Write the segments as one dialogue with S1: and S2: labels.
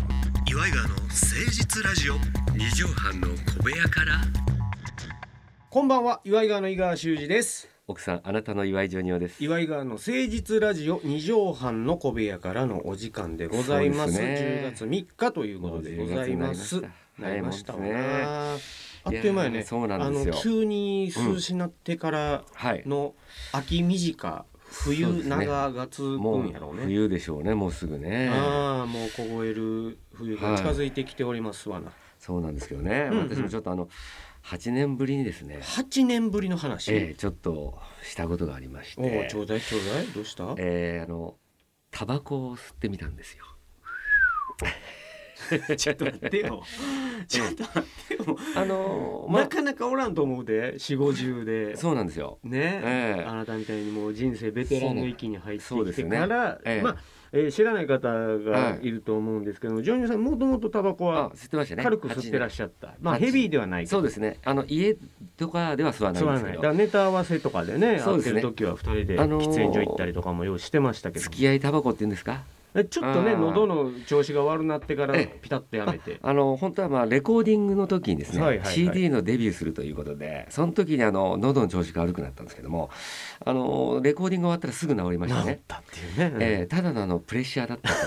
S1: イガーの誠実ラジオ
S2: 二畳半の小部屋から
S3: こんばんは岩井川の井川修司です
S2: 奥さんあなたの岩井ジョニオです
S3: 岩井川の誠実ラジオ二畳半の小部屋からのお時間でございます
S2: そうですね
S3: 10月3日ということでございます
S2: もう10月に
S3: な
S2: な
S3: り
S2: り
S3: ま
S2: ま
S3: し
S2: したた
S3: わ
S2: 早いもんですね
S3: なあっという間や
S2: い
S3: ね
S2: やーそうなんですよ
S3: あの急に涼しなってから
S2: はい
S3: の秋短
S2: そう
S3: 冬
S2: ですね
S3: 長が続く
S2: もうん
S3: やろうね
S2: 冬でしょうねもうすぐね
S3: ああもう凍える冬が近づいてきておりますわな、
S2: そうなんですけどね、
S3: うんうん
S2: 私もちょっとあの八年ぶりにですね、
S3: 八8年ぶりの話、
S2: ええちょっとしたことがありまし
S3: おお
S2: て
S3: ちょうだいちょうだいどうした
S2: ええあのタバコを吸ってみたんですよ
S3: ちょっと待ってよ。ちょっと待ってよ。
S2: あのま
S3: なかなかおらんと思うで、四五十で。
S2: そうなんですよ
S3: ね、
S2: ええ
S3: あなたみたいにもう人生ベテランの域に入って
S2: そう
S3: き
S2: で
S3: て
S2: すね
S3: から、
S2: ええ
S3: まあ、えー知らない方がいると思うんですけども、ジョニーさんもともとタバコ
S2: あ
S3: は
S2: 吸ってましたね
S3: 軽く吸ってらっ
S2: し
S3: しゃった。まあ
S2: 八年
S3: ヘビーではないけど
S2: そうですねあの家とかでは吸わない
S3: 吸
S2: んで
S3: わ
S2: す
S3: な
S2: け
S3: い。
S2: ど
S3: だからネタ合わせとかでね、
S2: そう
S3: 会
S2: で
S3: って
S2: す
S3: る
S2: ね
S3: 時は二人で
S2: あのー
S3: 喫煙所行ったりとかもようしてましたけど、
S2: 付き合いタバコって言うんですか
S3: えちょっとね
S2: あー
S3: 喉の調子が悪なってから
S2: ええ
S3: ピタッとやめて。
S2: あの本当はまあレコーディングの時にですね、
S3: はいはいはい
S2: CD のデビューするということでその時にあの喉の調子が悪くなったんですけどもあのレコーディング終わったらすぐ治りま
S3: 治
S2: した
S3: っ
S2: ね。
S3: たっていうね。
S2: えーただのあのプレッシャーだったという、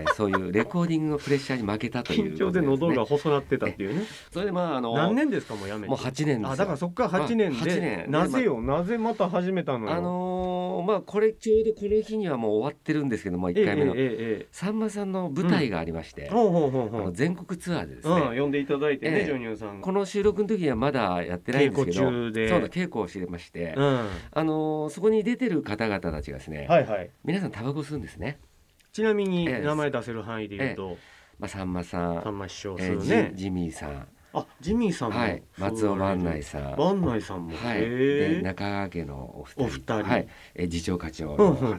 S2: えーそう いうレコーディングのプレッシャーに負けたというこ
S3: 緊張
S2: と
S3: で
S2: ですね、
S3: 喉が細なってたっていうね。
S2: それで まああの
S3: 何年ですかもうやめて。
S2: もう8年ですよ
S3: あだからそっから8年
S2: あ
S3: で
S2: 8年
S3: なぜよ、なぜまた始めたのよ。
S2: あのーまあこれちょうどこの日にはもう終わってるんですけども
S3: ええ
S2: 1回目の、
S3: えええ
S2: さんまさんの舞台がありまして
S3: え、ほうほうほうほ
S2: あの
S3: う。
S2: 全国ツアーでですね、
S3: うん呼んでいただいてね、
S2: ええ
S3: ジョニオさん。
S2: この収録の時にはまだやってないんですけど
S3: 稽古中で
S2: そうだ稽古をしてまして、
S3: うん。は
S2: あのーそこに出てる方々たちがですね、
S3: いはい。
S2: 皆さんタバコ吸うんですね、
S3: ちなみに
S2: ええ
S3: 名前出せる範囲で言うと、
S2: まあ、さんまさん
S3: さんま師匠す
S2: え
S3: る
S2: ージ
S3: ね。
S2: ジミーさん、
S3: あジミーさんも。
S2: はい、松尾万内
S3: さ
S2: さん、
S3: ん。万内さんも。
S2: はい、
S3: へ
S2: で
S3: え
S2: 中川家のお二人
S3: お二人
S2: はいえー次長課長
S3: うん
S2: の、
S3: うんうんうん。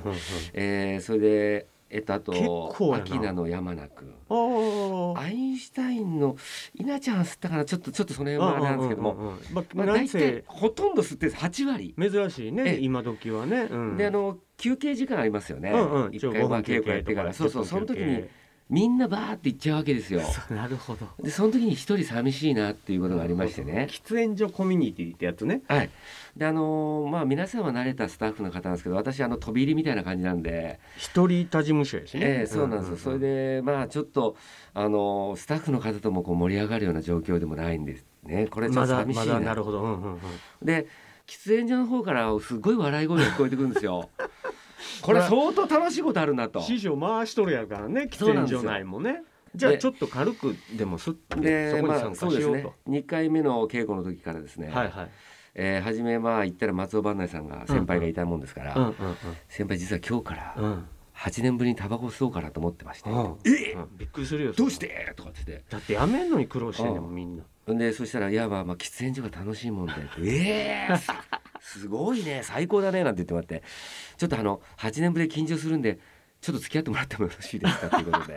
S2: えーそれで、えっと、あ
S3: 結
S2: と
S3: 構やな
S2: 秋名の山名君
S3: ああ。
S2: アインシュタインの稲ちゃん吸ったかなちょっとちょっとその辺はあれなんですけども、
S3: うんうんうんうん。ま
S2: ま
S3: あ
S2: あ、
S3: なん
S2: 大体
S3: せ
S2: ほとんど吸ってるんです8割。
S3: 珍しい
S2: え
S3: ね
S2: え
S3: 今時はね。うん
S2: であの休憩時間ありますよね、
S3: うんうん
S2: 一回まあ稽古やってからそうそうその時にみんなバーって行っちゃうわけですよ
S3: そう なるほど
S2: でその時に一人寂しいなっていうことがありましてね
S3: 喫煙所コミュニティってやつね
S2: はいであのーまあ皆さんは慣れたスタッフの方なんですけど私あの飛び入りみたいな感じなんで、
S3: 一人他事務所やしね、
S2: ええそうなんですよ、そ
S3: で
S2: れでまあちょっとあのースタッフの方ともこう盛り上がるような状況でもないんですねこれちょ
S3: ま
S2: っと
S3: だ
S2: 寂し
S3: ま
S2: い
S3: だ
S2: な,、
S3: なるほど、うんうんうん、
S2: で喫煙所の方からすごい笑い声が聞こえてくるんです よこれ相当楽しいことあるなと
S3: 師匠回しとるやからね喫
S2: そうなんで
S3: 煙
S2: すよ
S3: 所内もねじゃあ
S2: で
S3: ちょっと軽くでもすってそ
S2: で、
S3: こに
S2: ま
S3: 参
S2: あ、そ
S3: 加
S2: う
S3: し
S2: です
S3: よう
S2: ね
S3: と、。
S2: 2回目の稽古の時からですね、
S3: はいはい、
S2: えー初めまあ言ったら松尾万内さんが先輩がいたもんですから、
S3: うんうん
S2: 先輩実は今日から
S3: うんうん
S2: 8年ぶりにタバコ吸おうかなと思ってまして、
S3: うん
S2: え
S3: うんびっくりするよ
S2: どうしててとかって言っ
S3: だってやめんのに苦労してんねんも
S2: うん
S3: みんな
S2: てんでそしたら「いやまあまあ喫煙所が楽しいもんで」 ええー、すすごいね最高だね」なんて言ってもらって「ちょっとあの8年ぶりで緊張するんでちょっと付き合ってもらってもよろしいですか」ということ で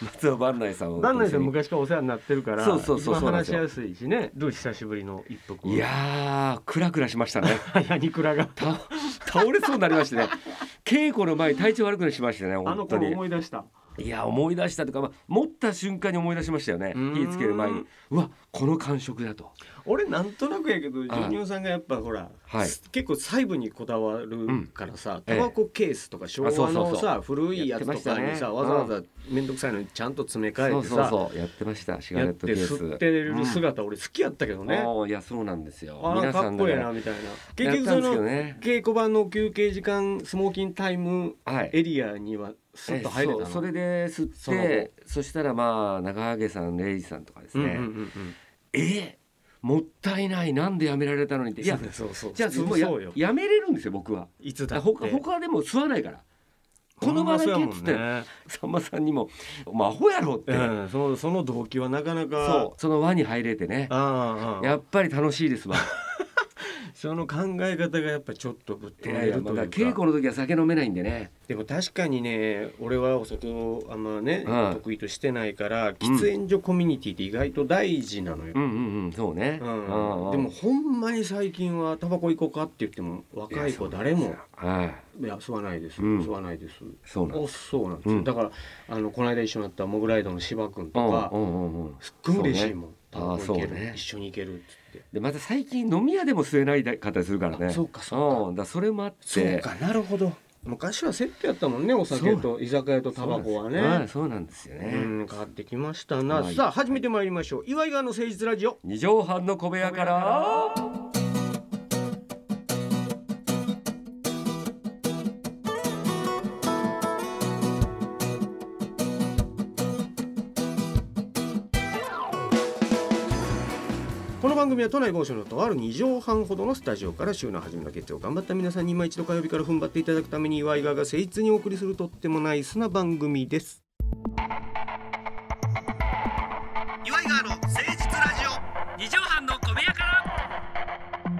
S2: 松尾万内さんを
S3: 旦那さん昔からお世話になってるから
S2: そうそうそう
S3: 一
S2: そう
S3: 番
S2: なんです
S3: 話し
S2: よ
S3: やすいしねどう久しぶりの一服
S2: いやークラクラしましたね
S3: 早にくらが
S2: 倒倒れそうになりましてね稽古の前に体調悪くしましてね
S3: あの
S2: 本当
S3: 頃
S2: に
S3: 思い出した
S2: いや思い出したとか、まあ、持った瞬間に思い出しましたよね
S3: うーん
S2: 火つける前にうわこの感触だと
S3: 俺なんとなくやけどジョニオさんがやっぱほら、
S2: はい
S3: す結構細部にこだわるからさ、
S2: ええ
S3: タバコケースとか昭
S2: あそ
S3: 和
S2: うそう
S3: の
S2: そう
S3: さ古いやつと
S2: やっ
S3: か
S2: てま
S3: に
S2: し
S3: さ、
S2: たね
S3: わざわざ面倒くさいのにちゃんと詰め替
S2: そ
S3: え
S2: う
S3: て
S2: そう
S3: さ
S2: そうやってましたシガレ
S3: やっ
S2: ット
S3: て
S2: ケース
S3: 吸ってる姿、俺好きやったけど
S2: うん
S3: ね
S2: もういやそうなんですよ
S3: あなん
S2: 皆
S3: か
S2: さ
S3: か
S2: ん
S3: っ
S2: だ
S3: こ
S2: か
S3: いい
S2: ら
S3: なみたいな
S2: や
S3: 結
S2: っ
S3: 局
S2: たん
S3: そ
S2: ですけど
S3: の
S2: ね
S3: 稽古場の休憩時間スモーキングタイム
S2: はい
S3: エリアにはスッと入れたの、
S2: えそうそれで吸っ
S3: その後
S2: てそしたらまあ中揚さんレイジさんとかです
S3: うん
S2: ね、
S3: うんうん
S2: えもったいないなんでやめられたのにって
S3: うん
S2: いや
S3: そうそう
S2: じゃあ
S3: 普通
S2: もうや
S3: そうよ
S2: やめれるんですよ僕はい
S3: つだ
S2: あ
S3: って
S2: 他他でも吸わないからこの場だけっ
S3: ほんま
S2: つ
S3: そ
S2: っ
S3: うや
S2: て、
S3: もんね
S2: さんまさんにも「お前アホやろ」って、
S3: うん、そのその動機はなかなか
S2: そうその輪に入れてね
S3: ああああ
S2: やっぱり楽しいですわ
S3: その考え方がやっぱちょっとぶっ飛ん
S2: え
S3: で
S2: ー
S3: る
S2: ま
S3: と
S2: あだ
S3: い
S2: から稽
S3: うか
S2: 古の時は酒飲めないんでね
S3: でも確かにね俺はお酒をあんまね、
S2: うん
S3: 得意としてないから喫煙所コミュニティって意外と大事なのよ
S2: う、んうんうんそうね、
S3: うん
S2: うんうん
S3: でもほんまに最近はタバコ行こうかって言っても若い子誰も
S2: はい
S3: いや吸わないです、
S2: うん
S3: 吸わないです
S2: そうなん
S3: お
S2: です
S3: そうなんですよ、
S2: うん
S3: だからあのこの間一緒になったモグライダーの芝
S2: う
S3: 君
S2: ん
S3: とか、
S2: うんうんうん
S3: すっごい嬉しいもん、タ
S2: そうね
S3: バコ行け
S2: あー
S3: る、
S2: そうね
S3: 一緒に行けるっつって
S2: でまた最近飲み屋でも吸えない方するからね
S3: あそうかそうか
S2: んだらそれもあって
S3: そうかなるほど昔はセットやったもんねお酒と居酒屋とタバコはね
S2: はいそうなんですよね、
S3: うん変わってきましたな、
S2: はい
S3: さあ始めてまいりましょう岩井川の誠実ラジオ
S2: 二畳半の小部屋から
S3: この番組は都内某所のとある2畳半ほどのスタジオから週の初めの月曜頑張った皆さんに今一度火曜日から踏ん張っていただくために岩井川が誠実にお送りするとってもナイスな番組です
S1: 岩井川の誠実ラジオ
S2: 二畳半の小部屋から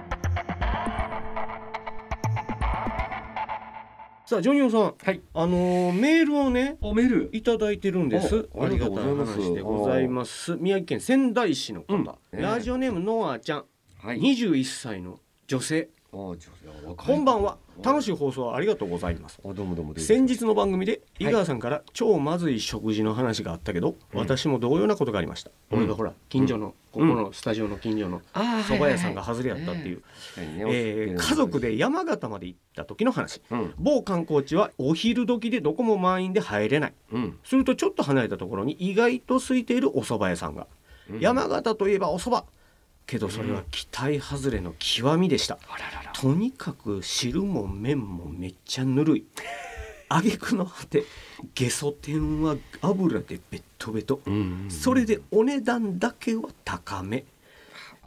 S3: さあジョニオさん
S2: はい
S3: あのーメールをね
S2: おめる
S3: いただいてるんです
S2: おありがとうございます
S3: ありがた話でございます宮城県仙台市の方、
S2: うんね
S3: ラジオネームノアちゃん
S2: はい
S3: 21歳の女性
S2: あーちょっと若い
S3: こんばんは楽
S2: し
S3: しい放送ありがとうございます
S2: あどうもどうもどうも
S3: 先日の番組で井
S2: はい
S3: 川さんから超まずい食事の話があったけど、
S2: うん
S3: 私も同様なことがありました、
S2: うん
S3: 俺がほら近所の、ここのスタジオの近所の
S2: あー
S3: 蕎麦屋さんが外れやったっていう、
S2: はいはいはいね
S3: えー家族で山形まで行った時の話
S2: うん
S3: 某観光地はお昼時でどこも満員で入れない
S2: うん
S3: するとちょっと離れたところに意外と空いているお蕎麦屋さんが、
S2: うん
S3: 山形といえばお蕎麦けどそれは期待外れの極みでした、
S2: あららら
S3: とにかく汁も麺もめっちゃ ぬるい挙句の果てゲソ天は油でベットベト
S2: うん
S3: それでお値段だけは高め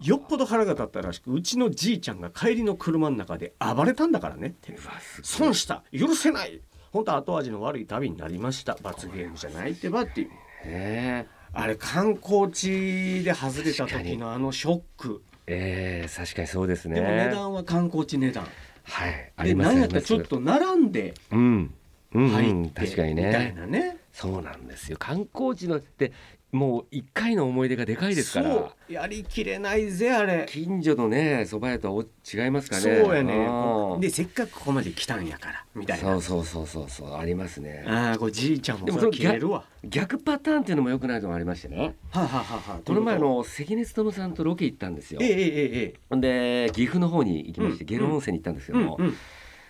S3: よっぽど腹が立ったらしくうちのじいちゃんが帰りの車の中で暴れたんだからねって
S2: うわすごい
S3: 損した許せない本当後味の悪い旅になりました罰ゲームじゃないってばっていう
S2: ね
S3: あれ観光地で外れた時のあのショック
S2: ええー確かにそうですね
S3: でも値段は観光地値段
S2: はいあ
S3: で
S2: ります
S3: 何や
S2: あり
S3: った
S2: ま
S3: ら
S2: す
S3: ちょっと並んで
S2: うんうんうん
S3: 入って
S2: 確かに
S3: みたい
S2: ね
S3: なね。
S2: そうなんですよ観光地のってもう一回の思い出がでかいですから
S3: そうやりきれないぜあれ。
S2: 近所のね蕎麦屋とはお違いますかね
S3: そうやね
S2: あ。ー
S3: でせっかくここまで来たんやからみたいな。
S2: そうそうそうそうそうありますね
S3: ああこれじいちゃんも
S2: でも
S3: それ
S2: その
S3: 切れるわ。
S2: 逆パターンっていうのも良くないともありましてね
S3: はあ、はあはあはあ、
S2: この前あ
S3: どういう
S2: の関根勤さんとロケ行ったんですよ
S3: とええええええ。
S2: ほんで岐阜の方に行きまして
S3: うん
S2: 下呂温泉に行ったんですけ
S3: う
S2: ど
S3: ん
S2: も
S3: うん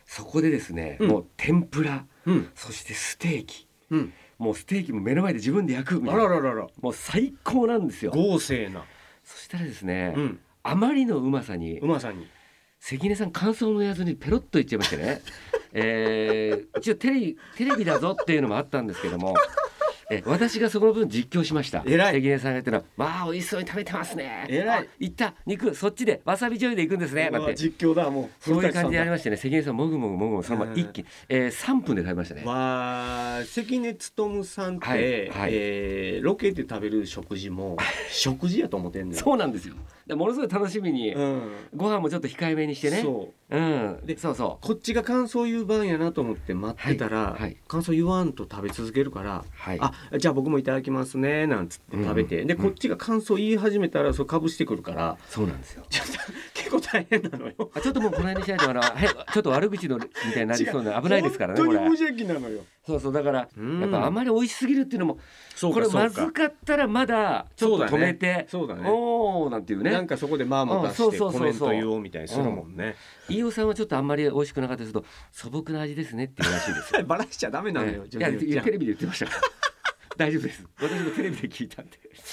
S2: そこでですね
S3: うん
S2: もう天ぷら
S3: うん
S2: そしてステーキ
S3: うん。
S2: もうステーキも目の前で自分で焼くみた
S3: あ
S2: い
S3: ら
S2: な
S3: ららら。
S2: もう最高なんですよ
S3: 豪勢な。
S2: そしたらですね
S3: うん。
S2: あまりのうまさに
S3: うまさんに。
S2: 関根さん感想も言わずにペロッと言っちゃいましてねえー、一応テレビテレビだぞっていうのもあったんですけどもえ私がその分実況しました
S3: 偉い
S2: 関根さんが言ってるのは「わあ美味しそうに食べてますね」
S3: 偉い
S2: あ行った肉そっちでわさび醤油で行くんですね」なん
S3: うわ
S2: て
S3: 実況だもう。
S2: そういう感じでやり
S3: ま
S2: ましてね関根さんもぐもぐもぐもぐそのまま一気に、えー、3分で食べましたね。
S3: わあ関根勤さんって、
S2: はいはい
S3: えーロケで食べる食 事も食事やと思ってんねん
S2: そうなんですよでものすごい楽しみに、
S3: うん、
S2: ご飯もちょっと控えめにしてね
S3: そう
S2: うん
S3: で
S2: そうそう
S3: こっちが感想言う番やなと思って待ってたら、
S2: はいはい
S3: 感想言わんと食べ続けるから、
S2: はい
S3: あじゃあ僕もいただきますねなんつって食べて、
S2: うん
S3: で
S2: うん
S3: こっちが感想言い始めたらそうかぶしてくるから
S2: そうなんですよ
S3: ちょっと結構大変なのよ
S2: あちょっともうこの辺にしないと あのはいちょっと悪口のみたいになりそうな危ないですからねこ
S3: 本
S2: れ
S3: 当に無邪気なのよ
S2: そうそうだから
S3: うん
S2: やっぱあまり美味しすぎるっていうのも
S3: そう
S2: こ
S3: か
S2: れ
S3: そう
S2: ま
S3: か
S2: ずかったらまだちょっと止めて
S3: そうだねそうだね
S2: おおなんていう
S3: なん
S2: ね
S3: かそこでまあまあ出
S2: う
S3: し
S2: ん
S3: て
S2: そうそうそう
S3: コ
S2: そう
S3: メント言おうみたいにするもんね、
S2: 飯尾さんはちょっとあんまり美味しくなかったりすると素朴な味ですねっていうらしいです
S3: バラしちゃダメなのよ、
S2: ええ
S3: ジ
S2: い
S3: ョ
S2: や
S3: ニオちゃん
S2: テレビで言ってましたから 大丈夫です私もテレビで聞いたんで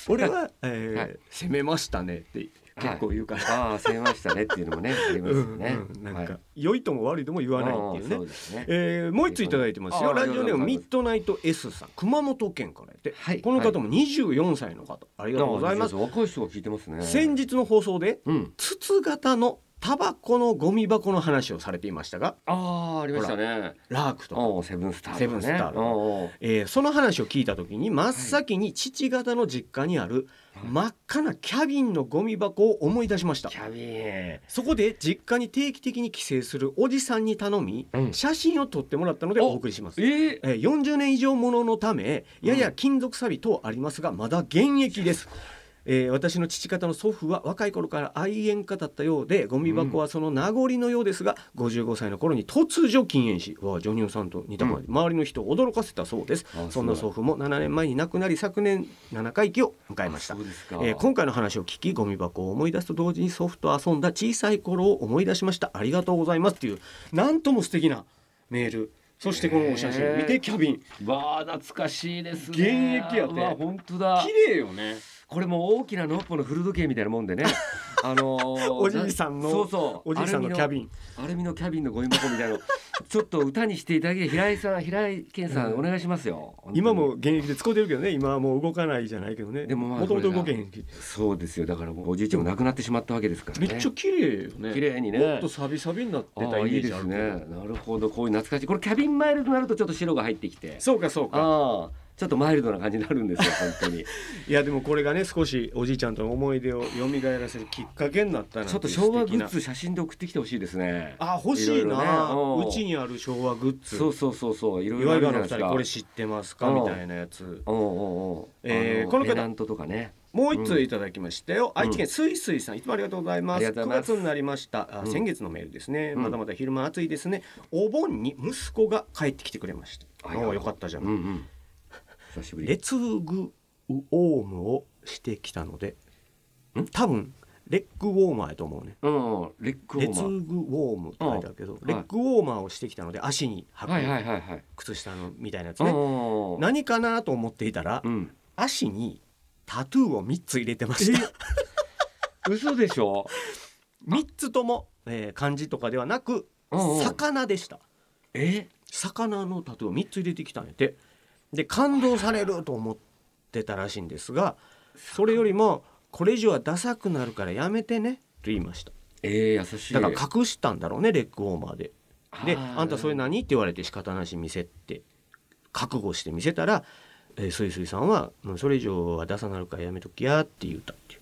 S3: 俺は、え ー
S2: はい
S3: 攻めましたねって結構言うから、
S2: ああー攻めましたねっていうのもねありますよね
S3: うんうんなんか、
S2: はい
S3: 良いとも悪いとも言わないっていう
S2: あー
S3: ね
S2: そうですね
S3: えーもう一ついただいてます
S2: あ
S3: よ
S2: ありが
S3: ラ
S2: と
S3: ジ
S2: うご
S3: オ
S2: ざいます
S3: ネームミッドナイト S さん熊本県からやって、
S2: はい
S3: この方も24歳の方ありがとうございます
S2: あー若い人が聞いてますね
S3: 先日の放送で
S2: うん
S3: 筒型のタバコのゴミ箱の話をされていましたが
S2: ああありましたね
S3: ラークとか、
S2: おーセブンスターとかね
S3: セブンスターとか
S2: おーお
S3: えーその話を聞いた時に真っ先に父方の実家にある
S2: はい
S3: 真っ赤なキャビンのゴミ箱を思い出しまし
S2: ー
S3: た
S2: キャビ
S3: そこで実家に定期的に帰省するおじさんに頼み
S2: ン、うん、
S3: 写真を撮ってもらったのでお送りします
S2: えー
S3: えー40年以上もののためやや金属錆等ありますがまだ現役です、えー私の父方の祖父は若い頃から愛煙家だったようでゴミ箱はその名残のようですが、55歳の頃に突如禁煙しわあジョニオさんと似たまで、周りの人を驚かせたそうです
S2: あ
S3: そんな
S2: そう
S3: 祖父も7年前に亡くなり昨年7回忌を迎えました
S2: そうですか、
S3: えー今回の話を聞きゴミ箱を思い出すと同時に祖父と遊んだ小さい頃を思い出しましたありがとうございますっていうなんとも素敵なメールそしてこのお写真、
S2: ねえ
S3: 見てキャビン
S2: わあ懐かしいですね
S3: 現役やて
S2: うわ本当だ
S3: 綺麗よね
S2: これもう大きなノッポの古時計みたいなもんで ねあのー
S3: おじいさんの
S2: そうそう
S3: おじいさんのキャビ
S2: ン
S3: ン
S2: アルミのキャビンのゴミ箱みたいな のちょっと歌にしていただき平井さん平井健さんお願いしますよ、本当に
S3: 今も現役で使ってるけどね今はもう動かないじゃないけどね
S2: でもまあ
S3: もともと動
S2: こ
S3: け
S2: れ
S3: へ
S2: が
S3: んし
S2: そうですよだからもうおじいちゃんも亡くなってしまったわけですから
S3: め
S2: ね
S3: っちゃ綺麗よね
S2: 綺麗にね
S3: もっとサビサビになってたイメ
S2: ああいいで
S3: ージあ
S2: す
S3: るけ
S2: ね
S3: ど
S2: なるほどこういう懐かしいこれキャビンマイルドになるとちょっと白が入ってきて
S3: そうかそうか
S2: ああちょっとマイルドな感じになるんですよ本当 に
S3: いやでもこれがね少しおじいちゃんとの思い出を蘇らせるきっかけになったなんて
S2: ちょっと昭和グ
S3: 素敵な
S2: ッズ写真で送ってきてほしいですね
S3: あ欲しい
S2: いろい
S3: な
S2: ろねうん
S3: うちにある昭和グッズ
S2: そうそうそうそういろいろ
S3: 岩
S2: ある
S3: 井
S2: じゃないで
S3: 川の二
S2: す
S3: 人
S2: か
S3: これ知ってますか
S2: うん
S3: みたいなやつ
S2: おうおうおう
S3: えー
S2: あの
S3: この方
S2: ペナントとかね
S3: もう一通いただきましたよ、
S2: うん
S3: 愛知県すいすいさんいつもありがとうございま
S2: あ
S3: す
S2: りがとう
S3: 9
S2: ございます
S3: 月になりましたあ
S2: うん
S3: 先月のメールですね、
S2: うん
S3: まだまだ昼間暑いですねお盆に息子が帰ってきてくれました、
S2: はい
S3: あ
S2: は
S3: あ
S2: い
S3: よかったじゃ、
S2: うんんうん久しぶ
S3: レ
S2: り
S3: ツグウォームをしてきたので
S2: ん
S3: 多分レッグウォーマーやと思うね
S2: うんうんレッグウォ
S3: レ
S2: ー
S3: ツグウ
S2: マ
S3: ォームって書いてあるけど、
S2: うん
S3: レッグウォーマーをしてきたので足に
S2: ーはい
S3: 履く
S2: はいはいはい
S3: 靴下のみたいなやつ
S2: うん
S3: ね、
S2: うんうん
S3: 何かなと思っていたら、
S2: うん
S3: 足にタトゥーを3つ入れてました
S2: 嘘でしょ
S3: 3つとも、えー漢字とかではなく
S2: うんうん
S3: 魚でした
S2: え
S3: 魚のタトゥーを3つ入れてきたんやてで感動されると思ってたらしいんですがそれよりもこれ以上はダサくなるからやめてねと言いました
S2: えー、優しい
S3: だから隠したんだろうねレッグウォーマーでで「
S2: ー
S3: あんたそれ何?」って言われて仕方なし見せて覚悟して見せたら、えー、スイスイさんは「もうそれ以上は出さなるからやめときや」って言ったっていう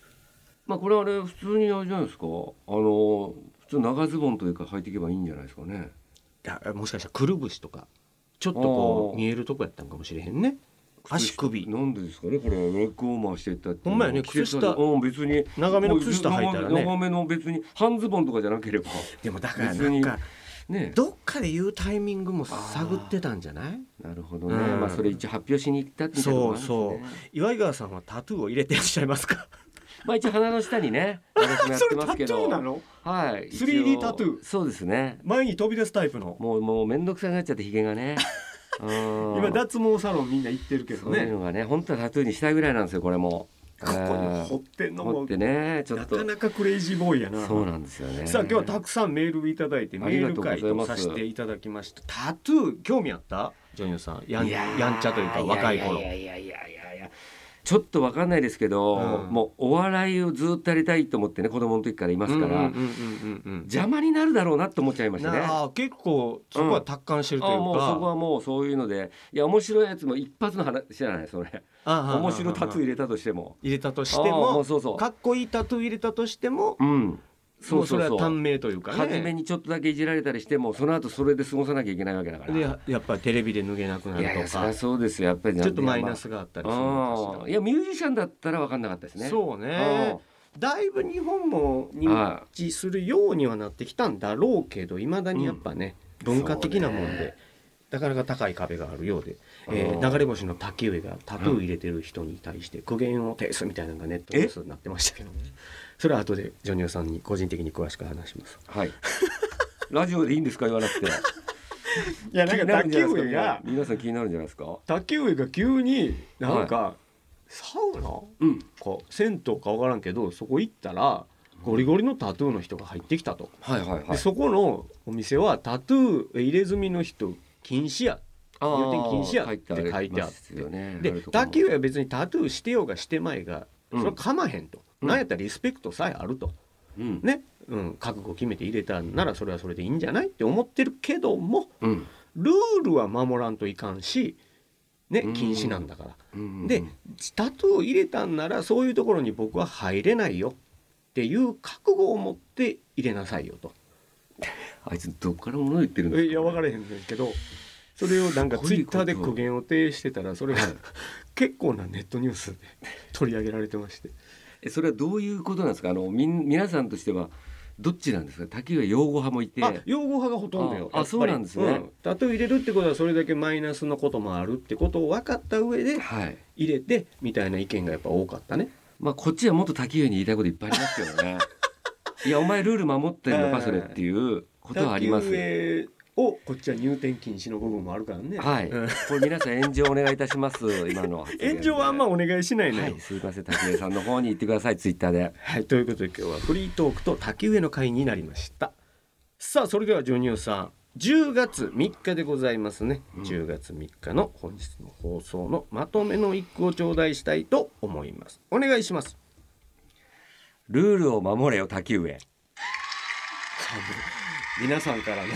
S2: まあこれあれ普通にあれじゃないですかあの普通長ズボンというか履いていけばいいんじゃないですかね
S3: だもしかしたらくるぶしとかちょっとこ
S2: お
S3: う
S2: ー
S3: 見えるとこやったんかもしれへんね足首
S2: なんでですかねこれレッグウォーマーしてったっていう
S3: ほんまやね
S2: 季節
S3: 靴下
S2: うん別に
S3: 長めの靴下履いたらね
S2: 長めの別に半ズボンとかじゃなければ
S3: でもだから
S2: 別
S3: なん
S2: に
S3: か
S2: ね
S3: どっかで言うタイミングも探ってたんじゃない
S2: なるほどね、
S3: うん
S2: まあそれ一応発表しに行ったっていうところもあるんですね
S3: そう岩井川さんはタトゥーを入れてらっしゃいます か
S2: まあ一応鼻の下にね私もやって ますけど
S3: の
S2: はい一応
S3: 3D タトゥー
S2: そうですね
S3: 前に飛び出すタイプの
S2: もうもう面倒くさくなっちゃってひげが ね今
S3: 今脱毛サロンみんな行ってるけど
S2: そういう
S3: ね
S2: のがね本当はタトゥーにしたいぐらいなんですよこれも
S3: ここに掘ってんの
S2: 持
S3: も
S2: ってねちょ
S3: な
S2: っと
S3: かなかクレイジーボーイやな
S2: そうなんですよね
S3: さあ今日はたくさんメールいただいてメ
S2: あり
S3: ー
S2: が
S3: ル
S2: とうござい
S3: 会
S2: ます
S3: とさせていただきましたタトゥー興味あったジョニオさんやん
S2: いやー
S3: やんちゃというか若い頃
S2: やいやいやいやいやちょっとわかんないですけど、
S3: うん
S2: もうお笑いをずっとやりたいと思ってね子供の時からいますから、
S3: うんうんうんうんうん
S2: 邪魔になるだろうなと思っちゃいましたね。
S3: なあ結構そこは達観してるという
S2: あもうそこ
S3: か
S2: はもうそういうのでいや面白いやつも一発の話じゃないそ れ面白いタトゥー入
S3: ー
S2: れたとしても
S3: 入れたとして
S2: あもう
S3: も
S2: そうそう
S3: かっこいいタトゥー入れたとしても
S2: うん
S3: そ
S2: そうう
S3: そ
S2: そう
S3: れ
S2: そう
S3: は短命というか
S2: 初め
S3: ね
S2: にちょっとだけいじられたりしてもその後それで過ごさなきゃいけないわけだから
S3: で
S2: い
S3: ややっぱりテレビで脱げなくな
S2: やい
S3: る
S2: や
S3: と
S2: そり
S3: か
S2: ゃそうですよやっぱり
S3: ちょっとマイナスがあったりするの
S2: あ
S3: か
S2: あ
S3: し
S2: いやミュージシャンだったら分かんなかったです
S3: ら
S2: ね
S3: そうねだいぶ日本も認知するようにはなってきたんだろうけどいまだにやっぱね、文化的なもん
S2: そう
S3: で
S2: ね。
S3: なかなか高い壁があるようで、え
S2: うん
S3: ー流れ星の竹上がタトゥー入れてる人に対して苦言を呈すみたいなのがネットニュースになってましたけどねそれは後でジョニオさんに個人的に詳しく話します
S2: はい ラジオでいいんですか言わなくて
S3: いや
S2: 気になるんじゃないですか皆さん気になるんじゃないですか
S3: 竹上が急になんか、サウナ
S2: うん
S3: か銭湯か分からんけどそこ行ったらゴリゴリのタトゥーの人が入ってきたと、
S2: はいはいは
S3: で
S2: い
S3: そこのお店はタトゥー入れ墨の人禁止や
S2: あー
S3: 入店禁止やって書いてあっ
S2: ま
S3: て
S2: すよね
S3: で竹上は別にタトゥーしてようがしてまいが、
S2: うん
S3: それはかまへんと、
S2: うん
S3: なんやったらリスペクトさえあると
S2: うん
S3: ねうん、覚悟を決めて入れたんならそれはそれでいいんじゃないって思ってるけども
S2: うん
S3: ルールは守らんといかんし、ね
S2: うん、
S3: 禁止なんだから。
S2: うん
S3: でタトゥーを入れたんならそういうところに僕は入れないよっていう覚悟を持って入れなさいよと。
S2: あいつどっから物言ってるんです
S3: いや分からへんねんけどそれをなんか
S2: すご
S3: ツイ
S2: い
S3: ッ
S2: こと
S3: ターで苦言を呈してたらそれが
S2: はい
S3: 結構なネットニュースで取り上げられてまして
S2: えそれはどういうことなんですかあのみん皆さんとしてはどっちなんですか滝上擁護派もいて
S3: あ擁護派がほとんどよ
S2: あ
S3: やっぱり
S2: そうなんですね
S3: うタトゥー入れるってことはそれだけマイナスのこともあるってことを分かった上で
S2: はい
S3: 入れてみたいな意見がやっぱ多かったね
S2: まあこっちはもっと滝上に言いたいこといっぱいありますけど ねいやお前ルール守ってるのかそれっていうことはあります
S3: 卓球へをこっちは入店禁止の部分もあるからね
S2: はい、
S3: うん
S2: これ皆さん炎上お願いいたします今の発言で
S3: 炎上はあんまお願いしないのよ
S2: はい、すいません滝上さんの方に行ってくださいツイッターで
S3: はい、ということで今日はフリートークと滝上の会になりましたさあそれではジョニオさん10月3日でございますね、
S2: うん
S3: 10月3日の本日の放送のまとめの一句を頂戴したいと思いますお願いします
S2: ルールを守れよ滝上
S3: 皆さんからの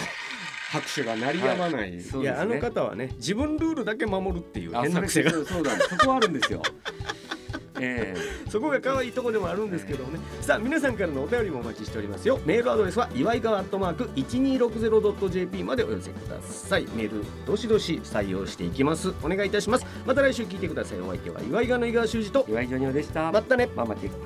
S3: 拍手が鳴り止まない、
S2: はい
S3: い
S2: そうですね
S3: やあの方はね自分ルールだけ守るっていう
S2: あ
S3: 変な
S2: それそ
S3: 癖が
S2: うそうなんですそこはあるんですよ ええ
S3: そこが可愛いとこでもあるんですけどもねさあ皆さんからのお便りもお待ちしておりますよメールアドレスは祝いがわアットマーク 1260.jp までお寄せくださいメールどしどし採用していきますお願いいたしますまた来週聞いてくださいお相手は祝いがわの井川修司と
S2: 岩井ジョニオでした
S3: またね
S2: ママチェック